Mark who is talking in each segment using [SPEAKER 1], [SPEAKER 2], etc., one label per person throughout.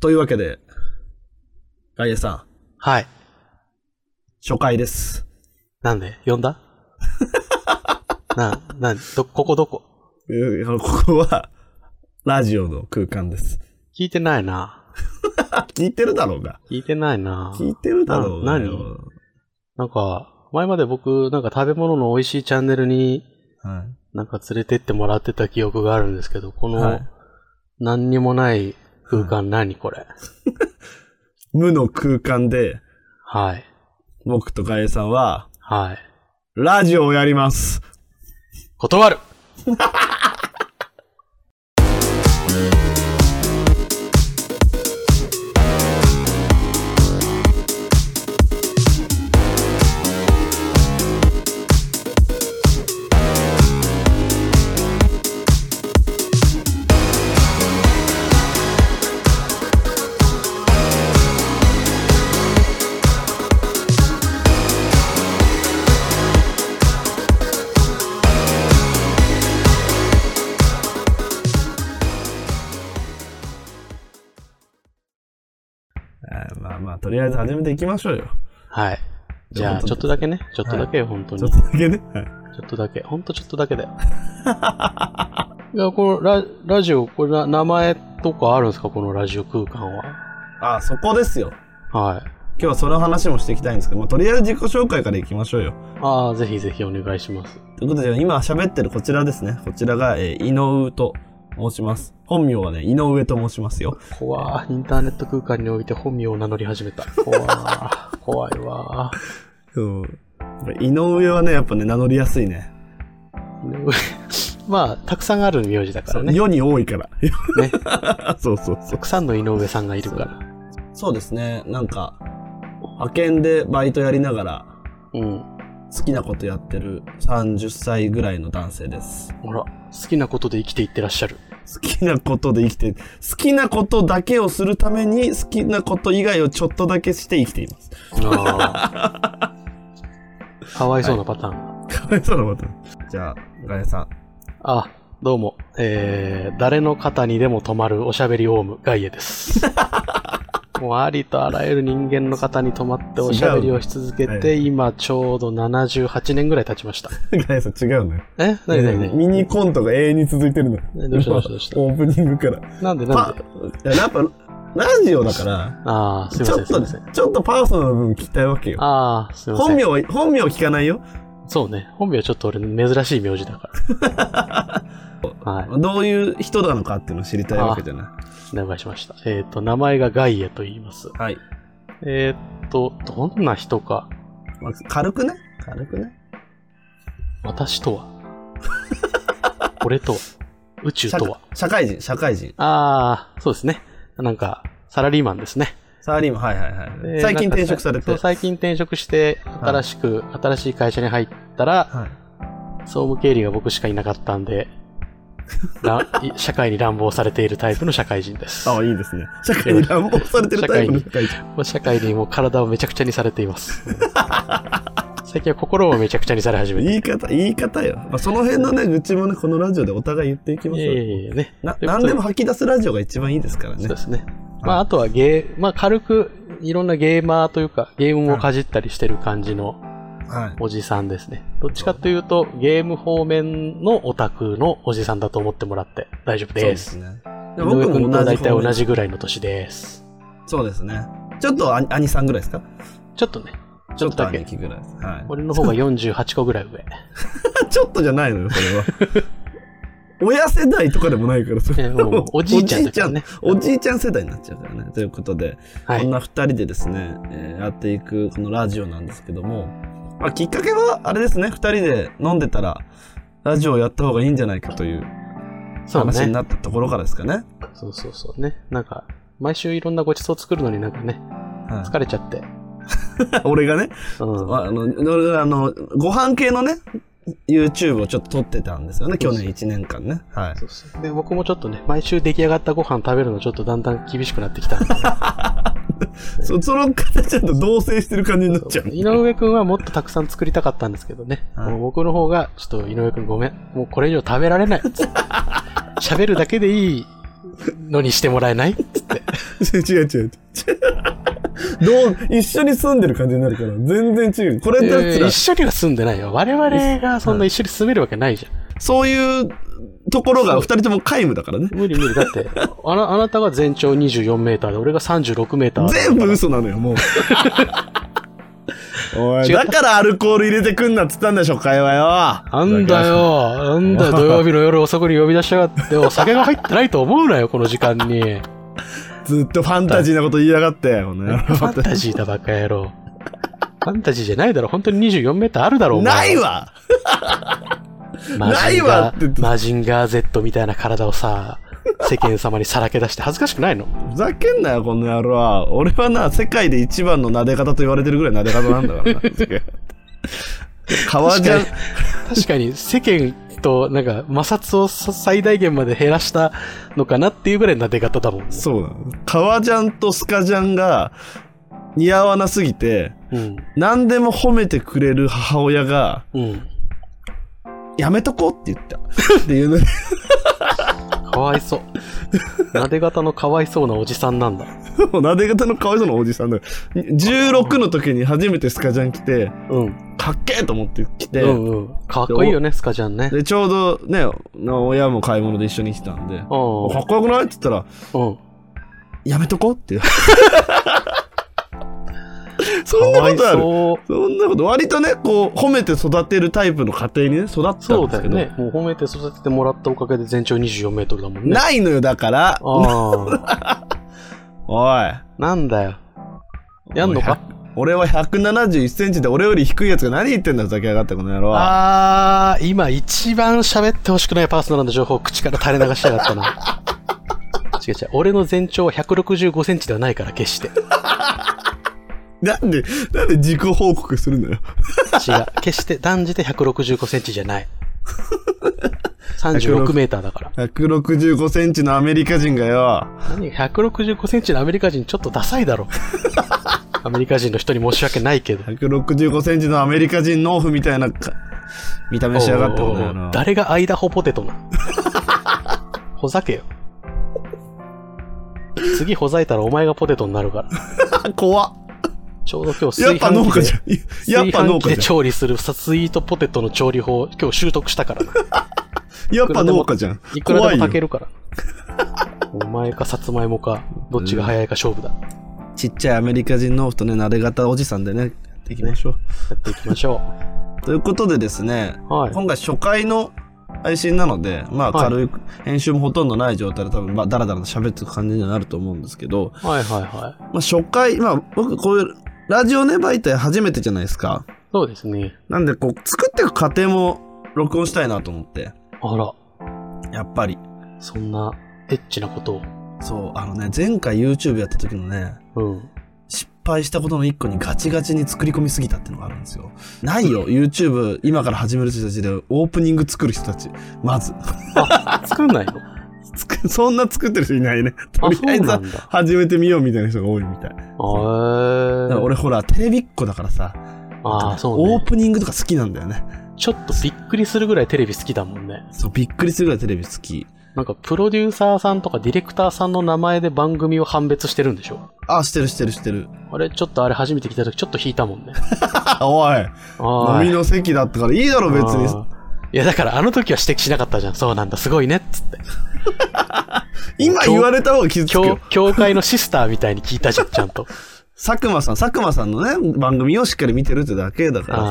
[SPEAKER 1] というわけで、ガイエさん、
[SPEAKER 2] はい。
[SPEAKER 1] 初回です。
[SPEAKER 2] なんで呼ん だな、な、ど、ここどこ
[SPEAKER 1] えーここは、ラジオの空間です。
[SPEAKER 2] 聞いてないな。
[SPEAKER 1] あ、聞いてるだろうが。
[SPEAKER 2] 聞いてないな。
[SPEAKER 1] 聞いてるだろうが
[SPEAKER 2] な
[SPEAKER 1] よ。
[SPEAKER 2] なんか、前まで僕、なんか食べ物の美味しいチャンネルに、
[SPEAKER 1] はい。
[SPEAKER 2] なんか連れてってもらってた記憶があるんですけど、こ
[SPEAKER 1] は
[SPEAKER 2] の
[SPEAKER 1] い、
[SPEAKER 2] 何にもない空間何これ。
[SPEAKER 1] 無の空間で、
[SPEAKER 2] はい。
[SPEAKER 1] 僕とガイエさんは、
[SPEAKER 2] はい。
[SPEAKER 1] ラジオをやります。
[SPEAKER 2] 断る
[SPEAKER 1] えーまあまあ、とりあえず始めていきましょうよ。
[SPEAKER 2] はい。じゃあ、ちょっとだけね。ちょっとだけよ、本当
[SPEAKER 1] ちょ
[SPEAKER 2] に
[SPEAKER 1] っ。とだけね。はい
[SPEAKER 2] ちょっとだけ。ほんとちょっとだけだよ。 いや、このララジオ、これな名前とかあるんですかこのラジオ空間は。
[SPEAKER 1] あ、そこですよ。
[SPEAKER 2] はい。
[SPEAKER 1] 今日はその話もしていきたいんですけど、まあ、とりあえず自己紹介からいきましょうよ。
[SPEAKER 2] ああ、ぜひぜひお願いします。
[SPEAKER 1] ということで、今喋ってるこちらですね。こちらが、えー井上と申します。本名はね、井上と申しますよ。
[SPEAKER 2] 怖ーインターネット空間において本名を名乗り始めた。怖ー怖いわー
[SPEAKER 1] うん。井上はね、やっぱね、名乗りやすいね。
[SPEAKER 2] まあ、たくさんある名字だからね。ね。
[SPEAKER 1] 世に多いから。 そうそうそ
[SPEAKER 2] た
[SPEAKER 1] う。
[SPEAKER 2] くさんの井上さんがいるから。
[SPEAKER 1] そうですね。なんか、派遣でバイトやりながら、
[SPEAKER 2] うん。
[SPEAKER 1] 好きなことやってる30歳ぐらいの男性です。
[SPEAKER 2] ほら、好きなことで生きていってらっしゃる。
[SPEAKER 1] 好きなことで生きて、好きなことだけをするために、好きなこと以外をちょっとだけして生きています。
[SPEAKER 2] あーかわいそうなパターン。
[SPEAKER 1] かわいそうなこと。じゃあ、ガエさん。
[SPEAKER 2] あ、どうも。えー、誰の肩にでも止まるおしゃべりオウム、ガイ エです。もうありとあらゆる人間の肩に止まっておしゃべりをし続け
[SPEAKER 1] 違う
[SPEAKER 2] て、今ちょうど78年ぐらい経ちました。
[SPEAKER 1] ガエさん違うのよ。
[SPEAKER 2] えなになになに
[SPEAKER 1] ミニコントが永遠に続いてるのよ。
[SPEAKER 2] えどうしたどうしたどうし た
[SPEAKER 1] オープニングから。
[SPEAKER 2] なんでなん
[SPEAKER 1] パ
[SPEAKER 2] で
[SPEAKER 1] いややっぱ、ラジオだから、
[SPEAKER 2] あー、す
[SPEAKER 1] ち
[SPEAKER 2] いませ
[SPEAKER 1] ょ
[SPEAKER 2] ん
[SPEAKER 1] っ
[SPEAKER 2] すい
[SPEAKER 1] と、
[SPEAKER 2] ません。
[SPEAKER 1] ちょっとパーソナルの部分聞きたいわけよ。
[SPEAKER 2] あー、すいませ
[SPEAKER 1] 本
[SPEAKER 2] ん。
[SPEAKER 1] 名は、本名聞かないよ。
[SPEAKER 2] そうね。本名はちょっと俺珍しい名字だ から。はい。
[SPEAKER 1] どういう人なのかっていうのを知りたいわけじゃな
[SPEAKER 2] お願いしました。えっ、と、名前がガイエと言います。
[SPEAKER 1] い。はい。
[SPEAKER 2] えっ、と、どんな人か、
[SPEAKER 1] まあ軽くね軽くね
[SPEAKER 2] 私とは俺とは 宇宙
[SPEAKER 1] 社
[SPEAKER 2] とは
[SPEAKER 1] 社会人、社会人。
[SPEAKER 2] ああ、そうですね。なんか、サラリーマンですね。
[SPEAKER 1] サラリーマン、はいはいは
[SPEAKER 2] で
[SPEAKER 1] い。最近
[SPEAKER 2] なんか
[SPEAKER 1] 転職されて。
[SPEAKER 2] そう
[SPEAKER 1] はい。
[SPEAKER 2] 最近転職して、新しく、新しい会社に入ったら、総務経理が僕しかいなかったん で、らい社会に乱暴されているタイプの社会人です。
[SPEAKER 1] あいいですね。社会に乱暴されてるタイプの社会人。
[SPEAKER 2] もう社会にもう体をめちゃくちゃにされてい ます。最近は心をめちゃくちゃにされ始めて。
[SPEAKER 1] 言い方、言い方よ。まあ、その辺のね、愚痴もね、このラジオでお互い言っていきま
[SPEAKER 2] い
[SPEAKER 1] し
[SPEAKER 2] や
[SPEAKER 1] ょ
[SPEAKER 2] いうや
[SPEAKER 1] よ。
[SPEAKER 2] いやね。
[SPEAKER 1] な
[SPEAKER 2] ということ
[SPEAKER 1] 何でも吐き出すラジオが一番いいですからね
[SPEAKER 2] そう。ですね。まあ、あとはゲー、まあ、軽く、いろんなゲーマーというか、ゲームをかじったりしてる感じの
[SPEAKER 1] はい。
[SPEAKER 2] おじさんですね。どっちかというと、ゲーム方面のオタクのおじさんだと思ってもらって大丈夫
[SPEAKER 1] そう
[SPEAKER 2] で。
[SPEAKER 1] ですすね。
[SPEAKER 2] 井上
[SPEAKER 1] 僕
[SPEAKER 2] 君
[SPEAKER 1] も
[SPEAKER 2] と
[SPEAKER 1] 同
[SPEAKER 2] 大
[SPEAKER 1] じ
[SPEAKER 2] 体同。じぐらいの年です。
[SPEAKER 1] そうですね。ちょっと兄兄さんぐらいですか
[SPEAKER 2] ちょっとね、ちょっとだけ
[SPEAKER 1] 兄。貴ぐらいです。はい。
[SPEAKER 2] 俺の方が48個ぐらい 上。
[SPEAKER 1] ちょっとじゃないのよ、そ れは。親世代とかでもないから、そ
[SPEAKER 2] い
[SPEAKER 1] れ
[SPEAKER 2] やもうおじいちゃん
[SPEAKER 1] おじい
[SPEAKER 2] だ
[SPEAKER 1] ち
[SPEAKER 2] か
[SPEAKER 1] ゃ
[SPEAKER 2] ら
[SPEAKER 1] ん
[SPEAKER 2] ね、
[SPEAKER 1] おじいちゃん世代になっちゃうからね。ということで、
[SPEAKER 2] は
[SPEAKER 1] こん
[SPEAKER 2] い。
[SPEAKER 1] な2人でですね、えーやっていくこのラジオなんですけども、まあ、きっかけは、あれですね、2人で飲んでたら、ラジオをやった方がいいんじゃないかという
[SPEAKER 2] そう
[SPEAKER 1] 話に
[SPEAKER 2] ね。
[SPEAKER 1] なったところからですかね。
[SPEAKER 2] そうそうそうね。なんか、毎週いろんなごちそう作るのになんかね、
[SPEAKER 1] はい
[SPEAKER 2] 疲れちゃって。
[SPEAKER 1] 俺がね、
[SPEAKER 2] うん。
[SPEAKER 1] あの、俺があの、ご飯系のね、YouTube をちょっと撮ってたんですよね、去年1年間ね。はい。
[SPEAKER 2] そうそう。で、僕もちょっとね、毎週出来上がったご飯食べるのちょっとだんだん厳しくなってきたんで。
[SPEAKER 1] そ その形だと同棲してる感じになっ ちゃう。
[SPEAKER 2] 井上くんはもっとたくさん作りたかったんですけどね。
[SPEAKER 1] はい
[SPEAKER 2] もう僕の方 が、ちょっと井上くんごめん。もうこれ以上食べられない。喋るだけでいいのにしてもらえないつっ て。
[SPEAKER 1] 違う違 う違う。どう、一緒に住んでる感じになるから、全然違う。これだった
[SPEAKER 2] えー
[SPEAKER 1] ら
[SPEAKER 2] 一、緒には住んでないよ。我々がそんな一緒に住めるわけないじゃん。
[SPEAKER 1] そういうところが二人とも皆無だからね。
[SPEAKER 2] 無理無理。だって、 あなあなたが全長24メーターで、俺が36メーター。
[SPEAKER 1] 全部嘘なの よ、もう。おい、
[SPEAKER 2] 違っ
[SPEAKER 1] だ
[SPEAKER 2] た
[SPEAKER 1] からアルコール入れてくんなっつったんだ、初回はよ。
[SPEAKER 2] なんだ。よ、なんだよ、土曜日の夜遅くに呼び出しやがって、お酒が入ってないと思うなよ、この時間に。フ
[SPEAKER 1] ずっとファンタジーなこと言いやがって、この 野郎
[SPEAKER 2] ァンタジーだ、バカ野郎。ファンタジーじゃないだろ、本当に24メーターあるだろ、お前
[SPEAKER 1] ないわ
[SPEAKER 2] マジンガー
[SPEAKER 1] ないわって言って
[SPEAKER 2] マジンガー Z みたいな体をさ、世間様にさらけ出して恥ずかしくないの
[SPEAKER 1] ふざけんなよ、この野郎は。俺はな、世界で一番の撫で方と言われてるぐらい撫で方なんだから な。革
[SPEAKER 2] 確
[SPEAKER 1] ジ
[SPEAKER 2] か
[SPEAKER 1] ャ
[SPEAKER 2] に
[SPEAKER 1] ン、、
[SPEAKER 2] 確かに世間となんか摩擦をさ最大限まで減らしたのかなっていうぐらいな出方だもん。
[SPEAKER 1] そうなの。革ジャンとスカジャンが似合わなすぎて、
[SPEAKER 2] うん。
[SPEAKER 1] 何でも褒めてくれる母親が、
[SPEAKER 2] うん。
[SPEAKER 1] やめとこうって言った。っていうの。
[SPEAKER 2] かわいそ う。なで方のかわいそうなおじさんなんだ。
[SPEAKER 1] もう撫で方のかわいそうなおじさんだよ16の時に初めてスカジャン着て
[SPEAKER 2] うん。
[SPEAKER 1] かっけえと思って着て、
[SPEAKER 2] うんうん。かっこいいよね、スカちゃんね。
[SPEAKER 1] でちょうどね親も買い物で一緒に来たんで「か
[SPEAKER 2] うん。う
[SPEAKER 1] っこよくない?」って言ったら
[SPEAKER 2] ん。
[SPEAKER 1] 「やめとこう」っていうそんな
[SPEAKER 2] かわ
[SPEAKER 1] こ
[SPEAKER 2] い
[SPEAKER 1] とある
[SPEAKER 2] そう。
[SPEAKER 1] そんなこと割とねこう褒めて育てるタイプの家庭にね育ったんですけ
[SPEAKER 2] そ
[SPEAKER 1] ど
[SPEAKER 2] うだよね。もう褒めて育ててもらったおかげで全長24メートルだもんね。
[SPEAKER 1] ないのよだからおい
[SPEAKER 2] ああ。なんだよ。やんのか
[SPEAKER 1] 俺は171センチで俺より低いやつが何言ってんだふざけやがってこの野郎は
[SPEAKER 2] あー、今一番喋ってほしくないパーソナルな情報を口から垂れ流しやがったな。違う違う。俺の全長は165センチではないから、決して。違う。
[SPEAKER 1] なんでなんで自己報告するのよ
[SPEAKER 2] 決して、断じて165センチじゃない。36メーターだから。
[SPEAKER 1] 165センチのアメリカ人がよ、
[SPEAKER 2] 何 ?165 センチのアメリカ人ちょっとダサいだろ。アメリカ人の人に申し訳ないけど。
[SPEAKER 1] 165センチのアメリカ人農夫みたいなか見た目しやがってこ
[SPEAKER 2] お
[SPEAKER 1] と
[SPEAKER 2] う
[SPEAKER 1] や
[SPEAKER 2] おうおう
[SPEAKER 1] な。
[SPEAKER 2] 誰がアイダホポテトな のほざけよ。次ほざいたらお前がポテトになるから。
[SPEAKER 1] 怖っ
[SPEAKER 2] ちょうど今日
[SPEAKER 1] やっ
[SPEAKER 2] 炊
[SPEAKER 1] ぱ
[SPEAKER 2] 飯
[SPEAKER 1] 農
[SPEAKER 2] 器
[SPEAKER 1] 家
[SPEAKER 2] で
[SPEAKER 1] じゃん。やっ
[SPEAKER 2] 炊
[SPEAKER 1] ぱ
[SPEAKER 2] 飯
[SPEAKER 1] 農
[SPEAKER 2] 器で
[SPEAKER 1] 家じ
[SPEAKER 2] 調理するさスイートポテトの調理法を今日習得したから な。
[SPEAKER 1] ゃん。やっぱ農家じゃん。
[SPEAKER 2] いくら
[SPEAKER 1] 怖
[SPEAKER 2] で
[SPEAKER 1] い
[SPEAKER 2] も
[SPEAKER 1] よ
[SPEAKER 2] 炊。けるから。お前かさつまいもか、どっちが早いか勝負だ。
[SPEAKER 1] ちっちゃいアメリカ人農夫とね、慣れ方おじさんでね、やっていきましょ
[SPEAKER 2] やっていきましょ
[SPEAKER 1] う。ということでですね、
[SPEAKER 2] う。はい。
[SPEAKER 1] 今回初回の配信なので、まあ
[SPEAKER 2] はい
[SPEAKER 1] 軽い、編集もほとんどない状態で多分、まあダラダラと喋っていく感じにはなると思うんですけど、
[SPEAKER 2] はいはいはい。
[SPEAKER 1] まあ初回、まあ僕こういうラジオね媒体初めてじゃないですか。
[SPEAKER 2] そうですね。
[SPEAKER 1] なんでこう作っていく過程も録音したいなと思って
[SPEAKER 2] あら、
[SPEAKER 1] やっぱり
[SPEAKER 2] そんなエッチなことを。
[SPEAKER 1] そうあのね前回 YouTube やった時のね
[SPEAKER 2] うん。
[SPEAKER 1] 失敗したことの一個にガチガチに作り込みすぎたってのがあるんですよない よ YouTube 今から始める人たちでオープニング作る人たちまず
[SPEAKER 2] 作んないの
[SPEAKER 1] 作 そんな作ってる人いないねと
[SPEAKER 2] あ、
[SPEAKER 1] り
[SPEAKER 2] そう
[SPEAKER 1] あえず
[SPEAKER 2] な
[SPEAKER 1] は
[SPEAKER 2] んだ。
[SPEAKER 1] 始めてみようみたいな人が多いみたいだ
[SPEAKER 2] あ
[SPEAKER 1] から
[SPEAKER 2] ー
[SPEAKER 1] 俺ほらテレビっ子だからさ
[SPEAKER 2] あー、そう
[SPEAKER 1] オ
[SPEAKER 2] ね
[SPEAKER 1] ー。プニングとか好きなんだよね
[SPEAKER 2] ちょっとびっくりするぐらいテレビ好きだもんね。
[SPEAKER 1] そうびっくりするぐらいテレビ好き
[SPEAKER 2] なんかプロデューサーさんとかディレクターさんの名前で番組を判別してるんでしょ
[SPEAKER 1] あしてるしてるしてる
[SPEAKER 2] あれちょっとあれ初めて来た時ちょっと引いたもんね。
[SPEAKER 1] おい
[SPEAKER 2] あ
[SPEAKER 1] 飲
[SPEAKER 2] ー
[SPEAKER 1] みの席だったからいいだろ別に
[SPEAKER 2] あーいやだからあの時は指摘しなかったじゃん。そうなんだ、すごいねっつって。
[SPEAKER 1] 今言われた方が傷つく
[SPEAKER 2] 教
[SPEAKER 1] よ
[SPEAKER 2] 教会のシスターみたいに聞いたじゃん、ちゃんと。
[SPEAKER 1] 佐久間さん佐久間さんのね番組をしっかり見てるってだけだからさ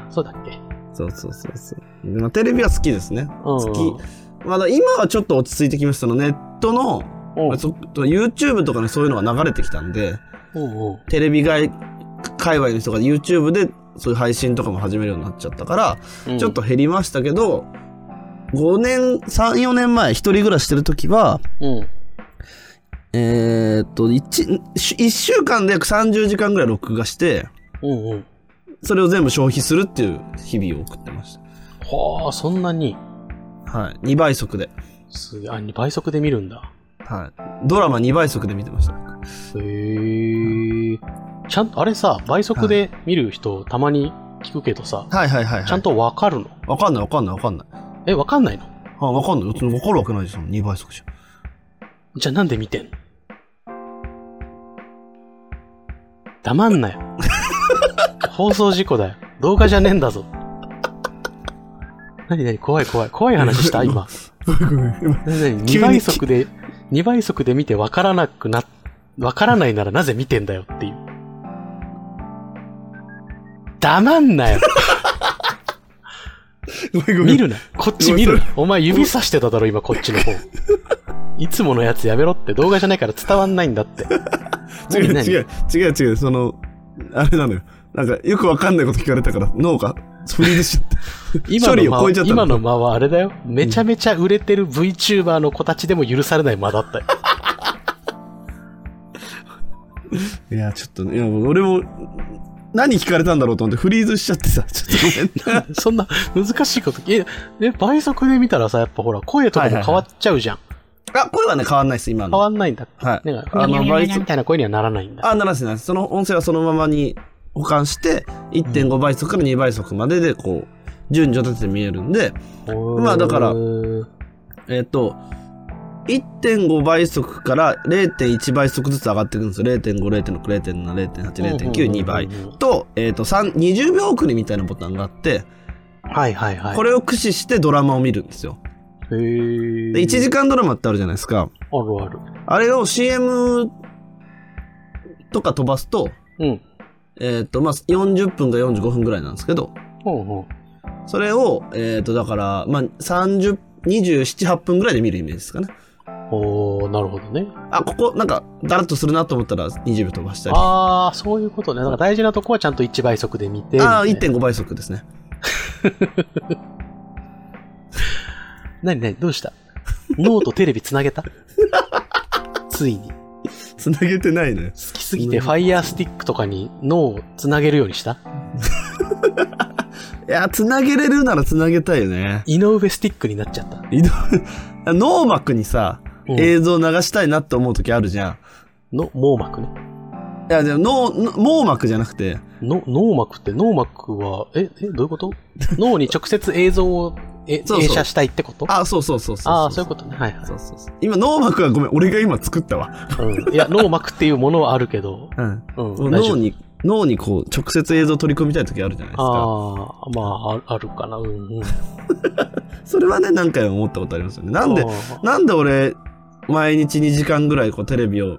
[SPEAKER 2] ああ、そうだっけ。
[SPEAKER 1] そうそうそうそう、まあ、テレビは好きですね好き
[SPEAKER 2] き。
[SPEAKER 1] まだ今はちょっと落ち着いてきましたのネットの
[SPEAKER 2] おう
[SPEAKER 1] そ YouTube とかにそういうのが流れてきたんで
[SPEAKER 2] おうおう
[SPEAKER 1] テレビ外界隈の人が YouTube でそういう配信とかも始めるようになっちゃったから、
[SPEAKER 2] うん
[SPEAKER 1] ちょっと減りましたけど5年34年前一人暮らししてる時は
[SPEAKER 2] うん。
[SPEAKER 1] えーっと 1, 1週間で30時間ぐらい録画して
[SPEAKER 2] うんうん。
[SPEAKER 1] それを全部消費するっていう日々を送ってまし
[SPEAKER 2] はあ、そんなに。
[SPEAKER 1] たはい2倍速です
[SPEAKER 2] げえあ、に倍速で見るんだ。
[SPEAKER 1] はいドラマ2倍速で見てました
[SPEAKER 2] へえ。ちゃんと、あれさ、倍速で見る人たまに聞くけどさ、
[SPEAKER 1] はいはいはい、はい、
[SPEAKER 2] ちゃんとわかるの
[SPEAKER 1] わかんないわかんないわかんない
[SPEAKER 2] え、わかんないの
[SPEAKER 1] あわかんない別にわかるわけないじゃん2倍速じゃん
[SPEAKER 2] じゃあなんで見てん黙んなよ。放送事故だよ。動画じゃねえんだぞ。なになに怖い怖い。怖い話した今。なになに
[SPEAKER 1] 急に
[SPEAKER 2] 2倍速で、2倍速で見てわからなくな、わからないならなぜ見てんだよっていう。黙んなよ。
[SPEAKER 1] ごめんごめ
[SPEAKER 2] 見
[SPEAKER 1] ん。
[SPEAKER 2] るな。こっち見る
[SPEAKER 1] ごめん
[SPEAKER 2] な。お前指さしてただろ、今こっちの方。いつものやつやめろって。動画じゃないから伝わんないんだって。
[SPEAKER 1] 違う
[SPEAKER 2] 何
[SPEAKER 1] 違う違う違う、その、あれなのよ。なんか、よくわかんないこと聞かれたから、脳が、 それでしって。
[SPEAKER 2] 今
[SPEAKER 1] 処理
[SPEAKER 2] の
[SPEAKER 1] を
[SPEAKER 2] 間
[SPEAKER 1] 超
[SPEAKER 2] は
[SPEAKER 1] えちゃったの
[SPEAKER 2] 今の間はあれだよ。めちゃめちゃ売れてる VTuber の子たちでも許されない間だったよ。
[SPEAKER 1] いや、ちょっとね、いや俺も、何聞かれたんだろうと思って、フリーズしちゃってさ、ちょっとごめんな。
[SPEAKER 2] そんな難しいこと。え、え倍速で見たらさ、やっぱほら、声とかも変わっちゃうじゃん。
[SPEAKER 1] あ、声はね、変わんないです、今
[SPEAKER 2] 変わ
[SPEAKER 1] の。
[SPEAKER 2] んないんだ。
[SPEAKER 1] はい。
[SPEAKER 2] なんか、
[SPEAKER 1] あの
[SPEAKER 2] ふにゃふにゃふにゃ
[SPEAKER 1] 倍速
[SPEAKER 2] みたいな声にはならないんだ。
[SPEAKER 1] あ、ならしないです。その音声はそのままに保管して、1.5倍速から2倍速までで、こう、順序立てて見えるんで、まあだから
[SPEAKER 2] うん
[SPEAKER 1] えっ、と、1.5倍速から0.1倍速ずつ上がっていくんですよ。0.5、0.6、0.7、0.8、0.9、2倍。と、えっ、と、3、20秒送りみたいなボタンがあって、
[SPEAKER 2] はいはいはい。
[SPEAKER 1] これを駆使してドラマを見るんですよ。
[SPEAKER 2] へー
[SPEAKER 1] で、1時間ドラマってあるじゃないですか。
[SPEAKER 2] あるある。
[SPEAKER 1] あれを CM とか飛ばすと、
[SPEAKER 2] うん。
[SPEAKER 1] えっ、と、まあ、40分か45分ぐらいなんですけど、
[SPEAKER 2] うんうん。
[SPEAKER 1] それを、えっ、と、だから、まあ、30、27、8分ぐらいで見るイメージですかね。
[SPEAKER 2] おー、なるほどね。
[SPEAKER 1] あ、ここ、なんか、だらっとするなと思ったら20秒飛ばしたり。あ
[SPEAKER 2] ああ、そういうことね。だから大事なとこはちゃんと1倍速で見て。
[SPEAKER 1] あー、
[SPEAKER 2] みたいな。
[SPEAKER 1] 1.5倍速ですね。
[SPEAKER 2] なになにどうした脳とテレビつなげた ついに。好
[SPEAKER 1] つなげてないのよ。
[SPEAKER 2] きすぎて、ファイヤースティックとかに脳をつなげるようにした
[SPEAKER 1] いや、つなげれるならつなげたいよね。
[SPEAKER 2] 井上スティックになっちゃった。
[SPEAKER 1] 移動脳膜にさ、
[SPEAKER 2] うん
[SPEAKER 1] 映像流したいなって思う時あるじゃん。
[SPEAKER 2] の網膜ね。
[SPEAKER 1] いや、でも脳、脳網膜じゃなくて、
[SPEAKER 2] の脳膜って脳膜は、え、え、どういうこと脳に直接映像をえ
[SPEAKER 1] そうそう
[SPEAKER 2] 映写したいってこと
[SPEAKER 1] あ、そうそうそうそう。
[SPEAKER 2] ああ、そういうことね。はい
[SPEAKER 1] そうそうそう。今、脳膜はごめん、俺が今作ったわ。
[SPEAKER 2] はい。うん、いや、脳膜っていうものはあるけど、
[SPEAKER 1] うん。
[SPEAKER 2] うん、大丈
[SPEAKER 1] 脳
[SPEAKER 2] 夫
[SPEAKER 1] に、脳にこう、直接映像取り込みたい時あるじゃないですか。
[SPEAKER 2] ああ、まあ、ああるかな。うんうん。
[SPEAKER 1] それはね、何回も思ったことありますよね。なんで
[SPEAKER 2] あ、ー
[SPEAKER 1] なんで俺、毎日2時間ぐらいこうテレビを、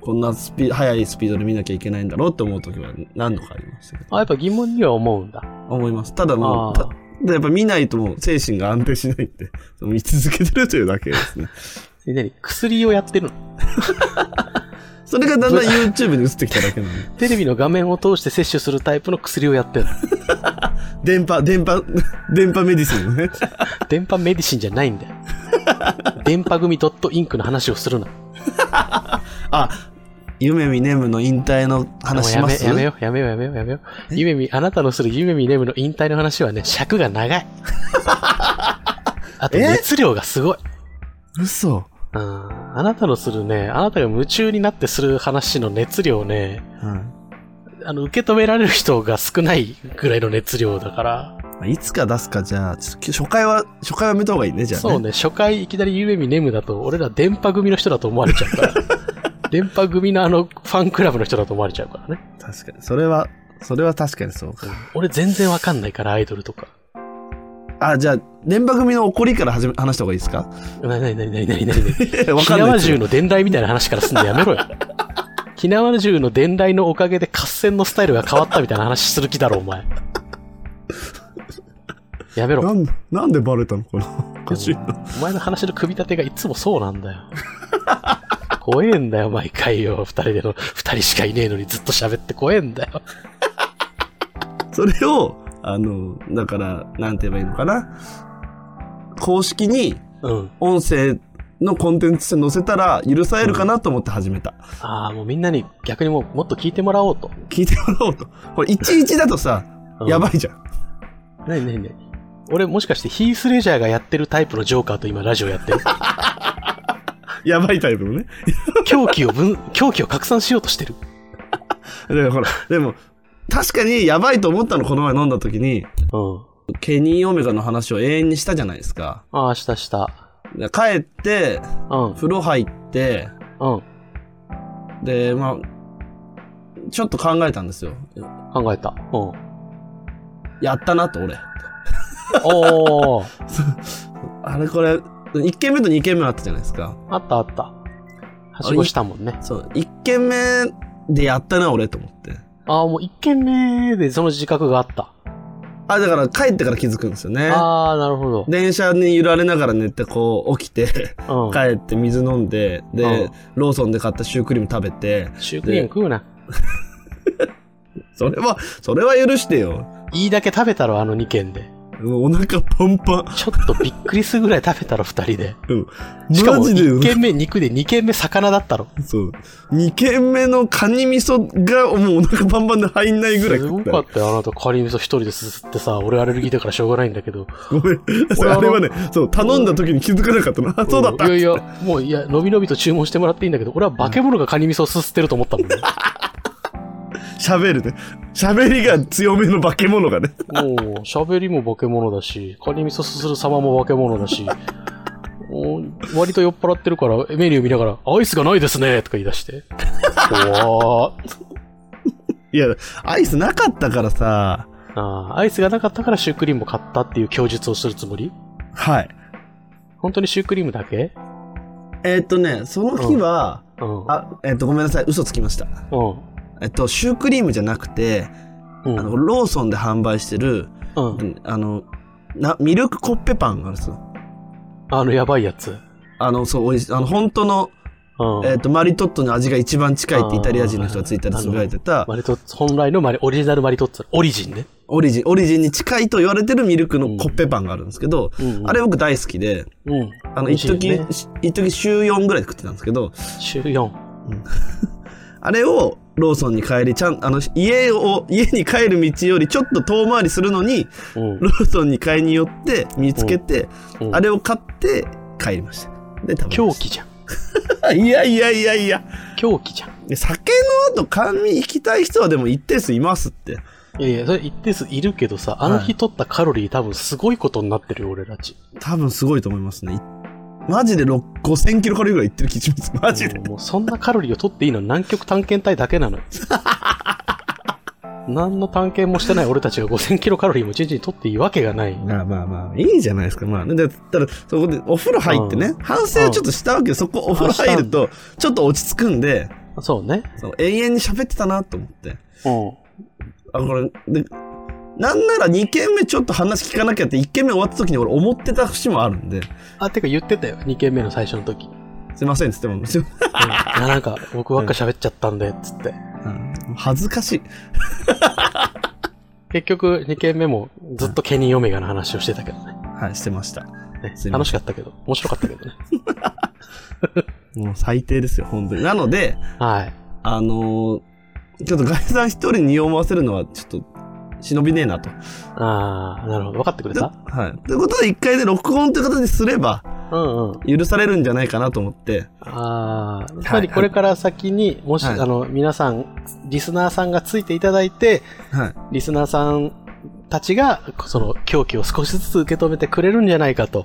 [SPEAKER 1] こんなスピ、速いスピードで見なきゃいけないんだろうって思う時は何度かありましたけど。
[SPEAKER 2] あ、やっぱ疑問には思うんだ。
[SPEAKER 1] 思います。ただもう、
[SPEAKER 2] あー
[SPEAKER 1] たやっぱ見ないともう精神が安定しないんで、その見続けてるというだけですね。
[SPEAKER 2] え、何薬をやってるの
[SPEAKER 1] それがだんだん YouTube に映ってきただけなんで。
[SPEAKER 2] テレビの画面を通して摂取するタイプの薬をやってるの。
[SPEAKER 1] 電波、電 波、電波メディスンのね。
[SPEAKER 2] 電波メディシンじゃないんだ よ。電波組 .inc の話をするな。
[SPEAKER 1] あ、夢見ねむの引退の話し
[SPEAKER 2] や
[SPEAKER 1] ま
[SPEAKER 2] め
[SPEAKER 1] す
[SPEAKER 2] やめよう、やめよう、やめよう、やめよう。夢見、あなたのする夢見ネムの引退の話はね、尺が長い。あと、
[SPEAKER 1] え
[SPEAKER 2] 熱量がすごい。
[SPEAKER 1] 嘘。
[SPEAKER 2] うん。あなたのするね、あなたが夢中になってする話の熱量ね、
[SPEAKER 1] うん
[SPEAKER 2] あの、受け止められる人が少ないぐらいの熱量だから。
[SPEAKER 1] まあいつか出すかじゃあ、ちょっと初回は、初回はやめた方がいいね、じゃあ、ね。
[SPEAKER 2] そうね、初回いきなり夢見ネムだと、俺ら電波組の人だと思われちゃう から。電波組のあのファンクラブの人だと思われちゃうからね。
[SPEAKER 1] 確かに。それは、それは確かにそうか。
[SPEAKER 2] 俺全然わかんないから、アイドルとか。
[SPEAKER 1] あ、じゃあ、電波組の怒りから始め話した方がいいですか
[SPEAKER 2] ななになになになになに なに
[SPEAKER 1] わ
[SPEAKER 2] 火
[SPEAKER 1] かんない
[SPEAKER 2] 縄
[SPEAKER 1] ですよ
[SPEAKER 2] 銃の伝来みたいな話からすんのやめろ よ。火縄銃の伝来のおかげで合戦のスタイルが変わったみたいな話する気だろ、お前。やめろ。
[SPEAKER 1] なんなんでバレたのかなおかしいな。
[SPEAKER 2] お前の話の組み立てがいつもそうなんだよ。怖えんだよ、毎回よ。二人での、二人しかいねえのにずっと喋って怖えんだよ。
[SPEAKER 1] それを、あの、だから、なんて言えばいいのかな。公式に
[SPEAKER 2] うん。
[SPEAKER 1] 音声のコンテンツとして載せたら許されるかなと思って始めた。
[SPEAKER 2] ああ、もうみんなに逆にもうもっと聞いてもらおうと。
[SPEAKER 1] 聞いてもらおうと。これ、いちいちだとさ、
[SPEAKER 2] うん
[SPEAKER 1] やばいじゃん。
[SPEAKER 2] なになになに俺もしかしてヒースレジャーがやってるタイプのジョーカーと今ラジオや ってる
[SPEAKER 1] やばいタイプのね。
[SPEAKER 2] 狂気を分、狂気を拡散しようとしてる。
[SPEAKER 1] だからほら、でも、確かにやばいと思ったの、この前飲んだ時に、
[SPEAKER 2] うん。
[SPEAKER 1] ケニー・オメガの話を永遠にしたじゃないですか。
[SPEAKER 2] ああ、したした。
[SPEAKER 1] で帰って、
[SPEAKER 2] うん。
[SPEAKER 1] 風呂入って、
[SPEAKER 2] うん。
[SPEAKER 1] で、まあ、ちょっと考えたんですよ。
[SPEAKER 2] 考えた。うん。
[SPEAKER 1] やったなと、俺。
[SPEAKER 2] おー。
[SPEAKER 1] あれこれ、1軒目と2軒目あったじゃないですか。
[SPEAKER 2] あったあった。はしごしたもんね。
[SPEAKER 1] そう、1軒目でやったな、俺、と思って。
[SPEAKER 2] ああ、もう一軒目でその自覚があった。
[SPEAKER 1] あ、だから帰ってから気づくんですよね。
[SPEAKER 2] ああ、なるほど。
[SPEAKER 1] 電車に揺られながら寝て、こう、起きて、
[SPEAKER 2] うん。
[SPEAKER 1] 帰って水飲んで、
[SPEAKER 2] う
[SPEAKER 1] で
[SPEAKER 2] ん、
[SPEAKER 1] ローソンで買ったシュークリーム食べて、
[SPEAKER 2] シュークリーム食うな。
[SPEAKER 1] それは、それは許してよ。
[SPEAKER 2] いいだけ食べたろ、あの二軒で。
[SPEAKER 1] もうお腹パンパン。
[SPEAKER 2] ちょっとびっくりするぐらい食べたろ、二人で。しか
[SPEAKER 1] マ
[SPEAKER 2] も、
[SPEAKER 1] ジで
[SPEAKER 2] 一軒目肉で二軒目魚だったろ。
[SPEAKER 1] そう。二軒目のカニ味噌がもうお腹パンパンで入んないぐらい
[SPEAKER 2] す
[SPEAKER 1] 食
[SPEAKER 2] ご
[SPEAKER 1] った
[SPEAKER 2] か
[SPEAKER 1] よ。
[SPEAKER 2] ったよ、あなた。カリ味噌一人ですすってさ、俺アレルギーだからしょうがないんだけど。
[SPEAKER 1] ごめん。それあれはね、そう、頼んだ時に気づかなかったの。あ、そうだった。
[SPEAKER 2] んいやいや、もう、いや、のびのびと注文してもらっていいんだけど、俺は化け物がカニ味噌をすすってると思ったも んね。
[SPEAKER 1] 喋るね。喋りが強めの化け物がね。
[SPEAKER 2] もう、喋りも化け物だし、カニ味噌すする様も化け物だし、もう割と酔っ払ってるから、メニュー見ながら、アイスがないですねとか言い出して。怖ー
[SPEAKER 1] いや、アイスなかったからさ。
[SPEAKER 2] あーアイスがなかったからシュークリームを買ったっていう供述をするつもり
[SPEAKER 1] はい。
[SPEAKER 2] 本当にシュークリームだけ
[SPEAKER 1] えっとね、その日は、
[SPEAKER 2] うん。うん。
[SPEAKER 1] あ、えっと、ごめんなさい。嘘つきました。えっと、シュークリームじゃなくて、
[SPEAKER 2] う
[SPEAKER 1] あの、
[SPEAKER 2] ん。
[SPEAKER 1] ローソンで販売してる、
[SPEAKER 2] うん。
[SPEAKER 1] あの、な、ミルクコッペパンがあるんですよ。
[SPEAKER 2] あの、やばいやつ。
[SPEAKER 1] あの、そう、おいしあの、本当の、
[SPEAKER 2] うん。
[SPEAKER 1] えっ、と、マリトッツォの味が一番近いってイタリア人の人がツイッターでつぶやいてた、
[SPEAKER 2] マリトッツォ、本来のマリ、オリジナルマリトッツォ、オリジンね。
[SPEAKER 1] オリジン、オリジンに近いと言われてるミルクのコッペパンがあるんですけど、
[SPEAKER 2] うん
[SPEAKER 1] あれ僕大好きで、
[SPEAKER 2] うん。
[SPEAKER 1] あの、
[SPEAKER 2] 美味し
[SPEAKER 1] 一
[SPEAKER 2] いよ
[SPEAKER 1] 時、
[SPEAKER 2] ね
[SPEAKER 1] 一時週4ぐらいで食ってたんですけど、
[SPEAKER 2] 週4。
[SPEAKER 1] あれをローソンに帰り、ちゃん、あの、家を、家に帰る道よりちょっと遠回りするのに、
[SPEAKER 2] うん。
[SPEAKER 1] ローソンに買いに寄って見つけて、
[SPEAKER 2] うん
[SPEAKER 1] あれを買って帰りました。で、食べ
[SPEAKER 2] 狂
[SPEAKER 1] まし
[SPEAKER 2] 気じゃん。
[SPEAKER 1] た。 いやいやいやいや。
[SPEAKER 2] 狂気じゃん。
[SPEAKER 1] で酒の後、甘味行きたい人はでも一定数いますって。
[SPEAKER 2] いやいや、それ一定数いるけどさ、あの日取ったカロリー多分すごいことになってるよ、俺たち。
[SPEAKER 1] 多分すごいと思いますね。いマジで6 5000キロカロリーぐらいいってる気します。マジで。
[SPEAKER 2] もうもうそんなカロリーを取っていいのは南極探検隊だ けなのよ。何の探検もしてない俺たちが5000キロカロリーも一日に取っていいわけがない。
[SPEAKER 1] まあまあまあ、いいじゃないですか。まあね。でただ、そこでお風呂入ってね、反省をちょっとしたわけで、そこお風呂入ると、ちょっと落ち着くんで、
[SPEAKER 2] そうね。
[SPEAKER 1] その永遠に喋ってたなと思って。
[SPEAKER 2] う
[SPEAKER 1] あ、これ、で、なんなら2軒目ちょっと話聞かなきゃって、1軒目終わった時に俺思ってた節もあるんで、
[SPEAKER 2] ん。あ、てか言ってたよ。2軒目の最初の時。うん、い
[SPEAKER 1] すいませんっつっても、すいま
[SPEAKER 2] やなんか僕ばっか喋っちゃったんで、つって。
[SPEAKER 1] うん恥ずかしい。
[SPEAKER 2] 結局2軒目もずっとケニー・オメガの話をしてたけどね。
[SPEAKER 1] はい、してました。
[SPEAKER 2] ね
[SPEAKER 1] すいません
[SPEAKER 2] 楽しかったけど、面白かったけ どね。
[SPEAKER 1] もう最低ですよ、本当に。なので、
[SPEAKER 2] はい。
[SPEAKER 1] あのーちょっとガイさん一人に匂わせるのはちょっと忍びねえなと。
[SPEAKER 2] あー、なるほど。分かってくれ
[SPEAKER 1] で
[SPEAKER 2] た
[SPEAKER 1] はい、ということで一回で録音という形にすれば
[SPEAKER 2] うんうん。
[SPEAKER 1] 許されるんじゃないかなと思って。
[SPEAKER 2] ああ、
[SPEAKER 1] い
[SPEAKER 2] つまりこれから先に、もし、
[SPEAKER 1] はい
[SPEAKER 2] あの、皆さん、リスナーさんがついていただいて、
[SPEAKER 1] はい、
[SPEAKER 2] リスナーさんたちが、その、狂気を少しずつ受け止めてくれるんじゃないかと。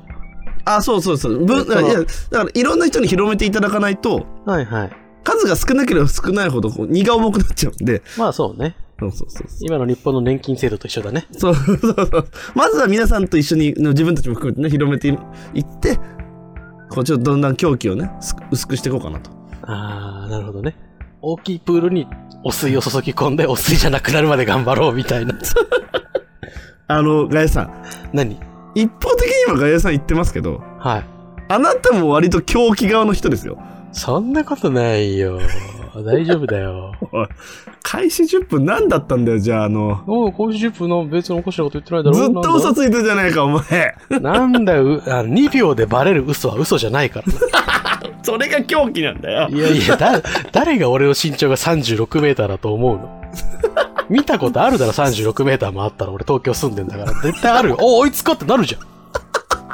[SPEAKER 1] あそうそうそう。ぶい
[SPEAKER 2] その
[SPEAKER 1] やだからいろんな人に広めていただかないと
[SPEAKER 2] はいはい。
[SPEAKER 1] 数が少なければ少ないほどこう荷が重くなっちゃうんで。
[SPEAKER 2] まあそうね。
[SPEAKER 1] そうそうそうそう。
[SPEAKER 2] 今の日本の年金制度と一緒だね。
[SPEAKER 1] そうそうそうまずは皆さんと一緒にの自分たちも含めてね広めていってこうちょっとだんだん狂気をねす薄くしていこうかなと。
[SPEAKER 2] ああ、なるほどね。大きいプールにお水を注ぎ込んで、お水じゃなくなるまで頑張ろうみたいな。
[SPEAKER 1] あのガイさん
[SPEAKER 2] 何
[SPEAKER 1] 一方的に今ガイさん言ってますけど。
[SPEAKER 2] はい。
[SPEAKER 1] あなたも割と狂気側の人ですよ。
[SPEAKER 2] そんなことないよ。大丈夫だよ。
[SPEAKER 1] おい開始10分何だったんだよ、じゃあ、あの。
[SPEAKER 2] おう、コージ10分の別のおかしなこと言ってないだろ
[SPEAKER 1] ずっ
[SPEAKER 2] なんだ
[SPEAKER 1] と嘘ついてるじゃないか、お前。
[SPEAKER 2] なんだよ、うあ2秒でバレる嘘は嘘じゃないから
[SPEAKER 1] それが狂気なんだよ
[SPEAKER 2] な。。いやいや、だ、 誰が俺の身長が36メーターだと思うの 見たことあるだろ、36メーターもあったら俺東京住んでんだから。絶対あるよ。おお、いつかってなるじゃん。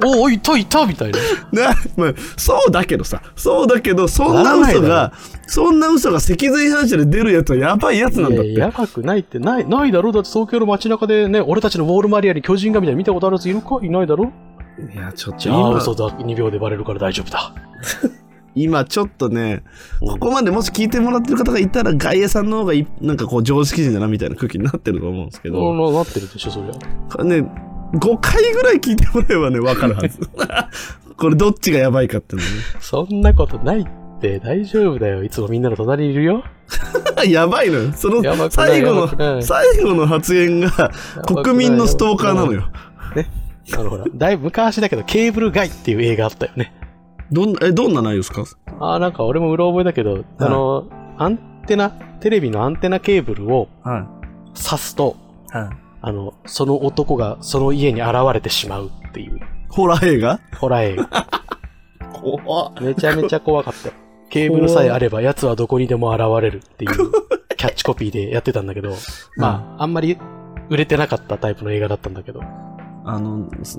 [SPEAKER 2] おお、いたいたみたいな。
[SPEAKER 1] な、まあ、そうだけどさ。そうだけど、そんな
[SPEAKER 2] ならない
[SPEAKER 1] 嘘
[SPEAKER 2] だ
[SPEAKER 1] が、そんな嘘が脊髄反射で出るやつはやばいやつなんだっ
[SPEAKER 2] いや、や
[SPEAKER 1] て。
[SPEAKER 2] ばくないって、ない、ないだろだって東京の街中でね、俺たちのウォールマリアに巨人がみたいな見たことあるやついるかいないだろ
[SPEAKER 1] いや、ちょっ
[SPEAKER 2] じ
[SPEAKER 1] と
[SPEAKER 2] ゃあ、
[SPEAKER 1] 今
[SPEAKER 2] 嘘、だ。2秒でバレるから大丈夫だ。
[SPEAKER 1] 今ちょっとね、ここまでもし聞いてもらってる方がいたら、外野さんの方がいなんかこう常識人だなみたいな空気になってると思うんですけど、
[SPEAKER 2] ななってるでしょ、そりゃ。
[SPEAKER 1] ね、5回ぐらい聞いてもらえばね、わかるは ず。これどっちがやばいかっていう
[SPEAKER 2] そんなことないって大丈夫だよ。いつもみんなの隣にいるよ。
[SPEAKER 1] の ね。やばいのよ。その
[SPEAKER 2] やばくない
[SPEAKER 1] 最後
[SPEAKER 2] やばくな
[SPEAKER 1] の、
[SPEAKER 2] い
[SPEAKER 1] 最後の発言が国民のストーカーなのよ。
[SPEAKER 2] あの ほら、だいぶ昔だけど、ケーブルガイっていう映画あったよね。
[SPEAKER 1] どんな、え、どんな内容ですか
[SPEAKER 2] ああ、なんか俺もうろ覚えだけど、あの、アンテナ、テレビのアンテナケーブルを
[SPEAKER 1] は
[SPEAKER 2] 刺すと、
[SPEAKER 1] い。はい。
[SPEAKER 2] あの、その男がその家に現れてしまうっていう、
[SPEAKER 1] ホラー映画
[SPEAKER 2] ホラー映画。
[SPEAKER 1] 怖っ
[SPEAKER 2] めちゃめちゃ怖かったよ。ケーブルさえあれば、奴はどこにでも現れるっていうキャッチコピーでやってたんだけど、まあ、あんまり売れてなかったタイプの映画だったんだけど、
[SPEAKER 1] あの、 す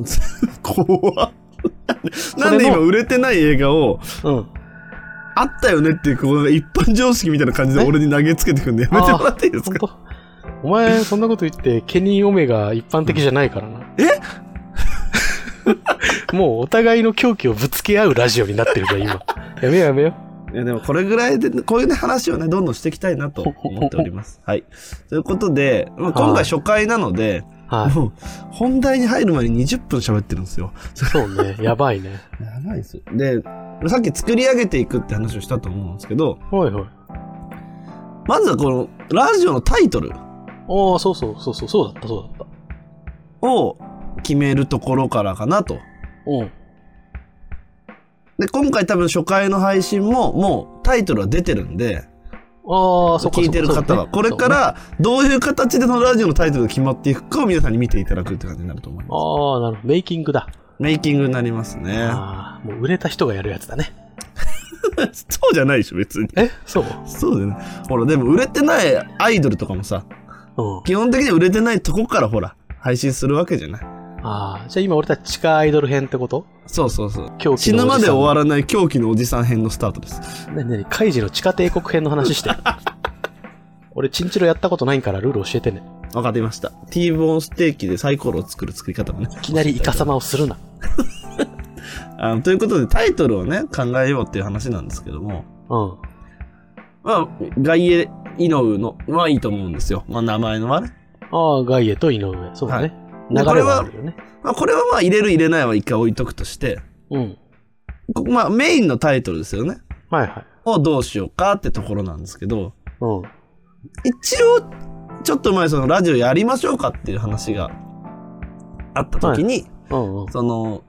[SPEAKER 1] 怖っなんで今売れてない映画を、
[SPEAKER 2] うん。
[SPEAKER 1] あったよねっていう、この一般常識みたいな感じで俺に投げつけてくんでやめてもらっていいです
[SPEAKER 2] 本
[SPEAKER 1] か
[SPEAKER 2] 当お前、そんなこと言って、ケニー・オメが一般的じゃないからな。えもうお互いの狂気をぶつけ合うラジオになってるじゃん、今。やめようやめよ
[SPEAKER 1] いやでもこれぐらいで、こういうね話をね、どんどんしていきたいなと思っております。はい。ということで、まあ、今
[SPEAKER 2] はい
[SPEAKER 1] 回初回なので、
[SPEAKER 2] う。はい。
[SPEAKER 1] もう本題に入る前に20分喋ってるんですよ。
[SPEAKER 2] そうね、やばいね。
[SPEAKER 1] やばいですよ。で、さっき作り上げていくって話をしたと思うんですけど、
[SPEAKER 2] ほいほい。
[SPEAKER 1] まずはこのラジオのタイトル
[SPEAKER 2] ああ、そうそうそうそう、そうだった、そうだった。
[SPEAKER 1] を決めるところからかなと。
[SPEAKER 2] うん。
[SPEAKER 1] で、今回多分初回の配信ももうタイトルは出てるんで、
[SPEAKER 2] ああ、そっか
[SPEAKER 1] 聞いてる
[SPEAKER 2] そっか
[SPEAKER 1] 方
[SPEAKER 2] そう
[SPEAKER 1] は、
[SPEAKER 2] ね
[SPEAKER 1] これか
[SPEAKER 2] そうね
[SPEAKER 1] らどういう形でそのラジオのタイトルが決まっていくかを皆さんに見ていただくって感じになると思います。
[SPEAKER 2] ああ、なるほど。メイキングだ。
[SPEAKER 1] メイキングになりますね。
[SPEAKER 2] ああ、もう売れた人がやるやつだね。
[SPEAKER 1] そうじゃないでしょ、別に。
[SPEAKER 2] えそう
[SPEAKER 1] そうだよね。ほら、でも売れてないアイドルとかもさ、
[SPEAKER 2] うん。
[SPEAKER 1] 基本的には売れてないとこからほら、配信するわけじゃない。
[SPEAKER 2] ああ、じゃあ今俺たち地下アイドル編ってこと
[SPEAKER 1] そうそうそう。
[SPEAKER 2] 狂気
[SPEAKER 1] 死
[SPEAKER 2] の
[SPEAKER 1] ぬ
[SPEAKER 2] お
[SPEAKER 1] ま
[SPEAKER 2] じ
[SPEAKER 1] で
[SPEAKER 2] さん
[SPEAKER 1] 終わらない狂気のおじさん編のスタートです。
[SPEAKER 2] なになに、カイジの地下帝国編の話して。 俺、チンチロやったことないからルール教えてね。
[SPEAKER 1] わかりました。T ボーンステーキでサイコロを作る作り方もね。
[SPEAKER 2] いきなりイカ様をするな。
[SPEAKER 1] あのということで、タイトルをね、考えようっていう話なんですけども、
[SPEAKER 2] うん。
[SPEAKER 1] まあ、外衛イノウのはいいと思うんですよ。まあ、名前のはね。
[SPEAKER 2] ああ、ガイエと井上。そうだね。
[SPEAKER 1] はい
[SPEAKER 2] 流れはあるよね。
[SPEAKER 1] まあ、これはまあ、入れる入れないは一回置いとくとして、
[SPEAKER 2] うん。
[SPEAKER 1] こまあ、メインのタイトルですよね。
[SPEAKER 2] はいはい。
[SPEAKER 1] をどうしようかってところなんですけど、
[SPEAKER 2] うん。
[SPEAKER 1] 一応、ちょっと前、そのラジオやりましょうかっていう話があった時に、
[SPEAKER 2] うんうん。
[SPEAKER 1] その、